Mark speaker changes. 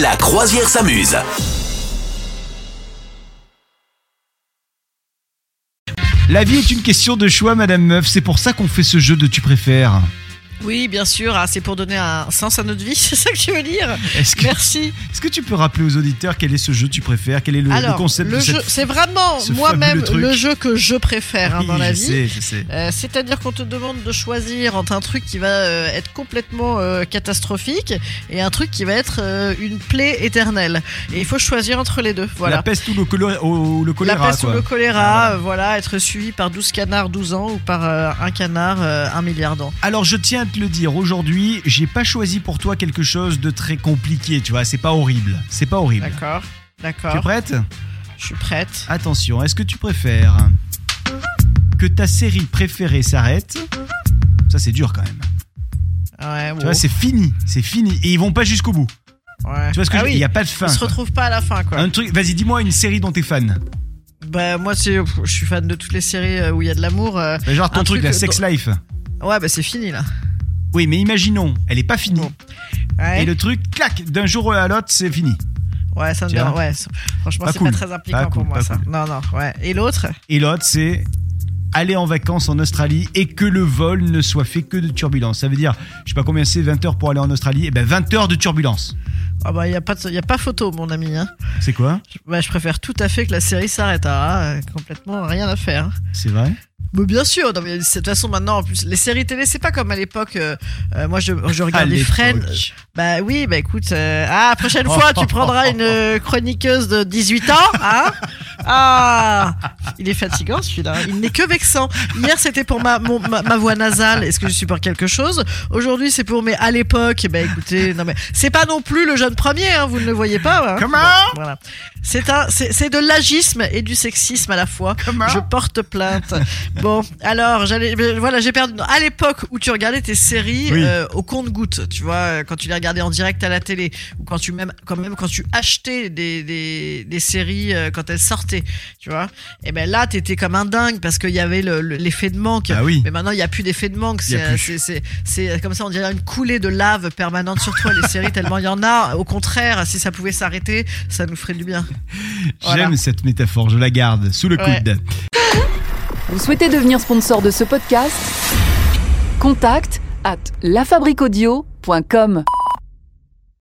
Speaker 1: La croisière s'amuse.
Speaker 2: La vie est une question de choix, Madame Meuf. C'est pour ça qu'on fait ce jeu de tu préfères.
Speaker 3: Oui, bien sûr, ah, c'est pour donner un sens à notre vie, c'est ça que tu veux dire
Speaker 2: Est-ce que,
Speaker 3: Merci.
Speaker 2: est-ce que tu peux rappeler aux auditeurs quel est ce jeu tu préfères Quel est le, le
Speaker 3: Alors,
Speaker 2: concept
Speaker 3: le
Speaker 2: de cette-
Speaker 3: jeu, c'est vraiment
Speaker 2: ce
Speaker 3: moi-même
Speaker 2: fabuleux truc.
Speaker 3: le jeu que je préfère hein,
Speaker 2: Oui,
Speaker 3: dans la
Speaker 2: je
Speaker 3: vie.
Speaker 2: sais, je sais.
Speaker 3: Euh, C'est-à-dire qu'on te demande de choisir entre un truc qui va euh, être complètement euh, catastrophique et un truc qui va être euh, une plaie éternelle. Et il faut choisir entre les deux. Voilà.
Speaker 2: La peste ou le, colo- ou le choléra.
Speaker 3: La peste
Speaker 2: quoi.
Speaker 3: ou le
Speaker 2: Ah,
Speaker 3: choléra,
Speaker 2: voilà.
Speaker 3: euh, voilà, être suivi par 12 canards 12 ans ou par euh, un canard euh, un milliard d'ans.
Speaker 2: Alors je tiens à te le dire aujourd'hui, j'ai pas choisi pour toi quelque chose de très compliqué. Tu vois, c'est pas horrible. C'est pas horrible.
Speaker 3: D'accord,
Speaker 2: Tu es
Speaker 3: d'accord.
Speaker 2: prête
Speaker 3: Je suis prête.
Speaker 2: Attention, est-ce que tu préfères que ta série préférée s'arrête Ça c'est dur quand même.
Speaker 3: Ouais,
Speaker 2: Ah. Tu vois, c'est fini, c'est fini. Et ils vont pas jusqu'au bout. Tu vois ce que
Speaker 3: Ah
Speaker 2: je- Il n'y a pas de fin.
Speaker 3: On se
Speaker 2: quoi.
Speaker 3: retrouve pas à la fin, quoi.
Speaker 2: Un truc, vas-y, dis-moi une série dont t'es fan.
Speaker 3: Bah moi c'est, pff, je suis fan de toutes les séries euh, où il y a de l'amour. euh.
Speaker 2: Genre ton
Speaker 3: Un
Speaker 2: truc,
Speaker 3: truc
Speaker 2: la
Speaker 3: dont-
Speaker 2: sex life.
Speaker 3: Ouais bah c'est fini là.
Speaker 2: Oui, mais imaginons, elle est pas finie.
Speaker 3: Bon. Ouais,
Speaker 2: Et le truc, clac, d'un jour à l'autre, c'est fini.
Speaker 3: ouais ça me
Speaker 2: Tiens.
Speaker 3: dérange. Ouais, c'est- franchement
Speaker 2: Pas
Speaker 3: c'est
Speaker 2: cool.
Speaker 3: pas très impliquant
Speaker 2: Pas cool,
Speaker 3: pour moi
Speaker 2: pas
Speaker 3: ça. Non non ouais. Et l'autre
Speaker 2: Et l'autre, c'est aller en vacances en Australie et que le vol ne soit fait que de turbulence. Ça veut dire, je sais pas combien c'est, 20 heures pour aller en Australie, et ben 20 heures de turbulence.
Speaker 3: Ah bah il y a pas de- il y a pas photo mon ami. Hein.
Speaker 2: C'est quoi
Speaker 3: Je- Bah je préfère tout à fait que la série s'arrête. Ah euh, complètement rien à faire.
Speaker 2: C'est vrai
Speaker 3: Mais bien sûr. non, mais de toute façon maintenant en plus les séries télé c'est pas comme à l'époque. euh, euh, moi je je regarde les
Speaker 2: l'époque.
Speaker 3: Friends. Bah oui, bah écoute, euh, ah, prochaine fois, tu prendras une euh, chroniqueuse de 18 ans, hein Ah Il est fatigant celui-là, il n'est que vexant. Hier, c'était pour ma, mon- ma, ma voix nasale, est-ce que je suis pour quelque chose Aujourd'hui, c'est pour mes à l'époque, bah écoutez, non mais c'est pas non plus le jeune premier, hein, vous ne le voyez pas. hein.
Speaker 2: Comment
Speaker 3: Voilà. C'est un, c'est c'est de l'agisme et du sexisme à la fois.
Speaker 2: Comment
Speaker 3: Je porte plainte. bon, alors j'allais, mais voilà, j'ai perdu. À l'époque où tu regardais tes séries
Speaker 2: Oui.
Speaker 3: euh, au compte-goutte, tu vois, euh, quand tu les regardais en direct à la télé, ou quand tu même, quand même, quand tu achetais des, des, des séries euh, quand elles sortaient, tu vois. Et ben là, t'étais comme un dingue parce qu'il y avait le- le- l'effet de manque.
Speaker 2: Ah oui.
Speaker 3: Mais maintenant, il n'y a plus d'effet de manque.
Speaker 2: Il y a
Speaker 3: C'est,
Speaker 2: plus.
Speaker 3: c'est, c'est, c'est comme ça, on dirait une coulée de lave permanente sur toi, les séries, tellement il y en a. Au contraire, si ça pouvait s'arrêter, ça nous ferait du bien. Voilà.
Speaker 2: J'aime cette métaphore, je la garde sous le
Speaker 3: Ouais.
Speaker 2: coude.
Speaker 4: Vous souhaitez devenir sponsor de ce podcast Contact à lafabriquaudio.com.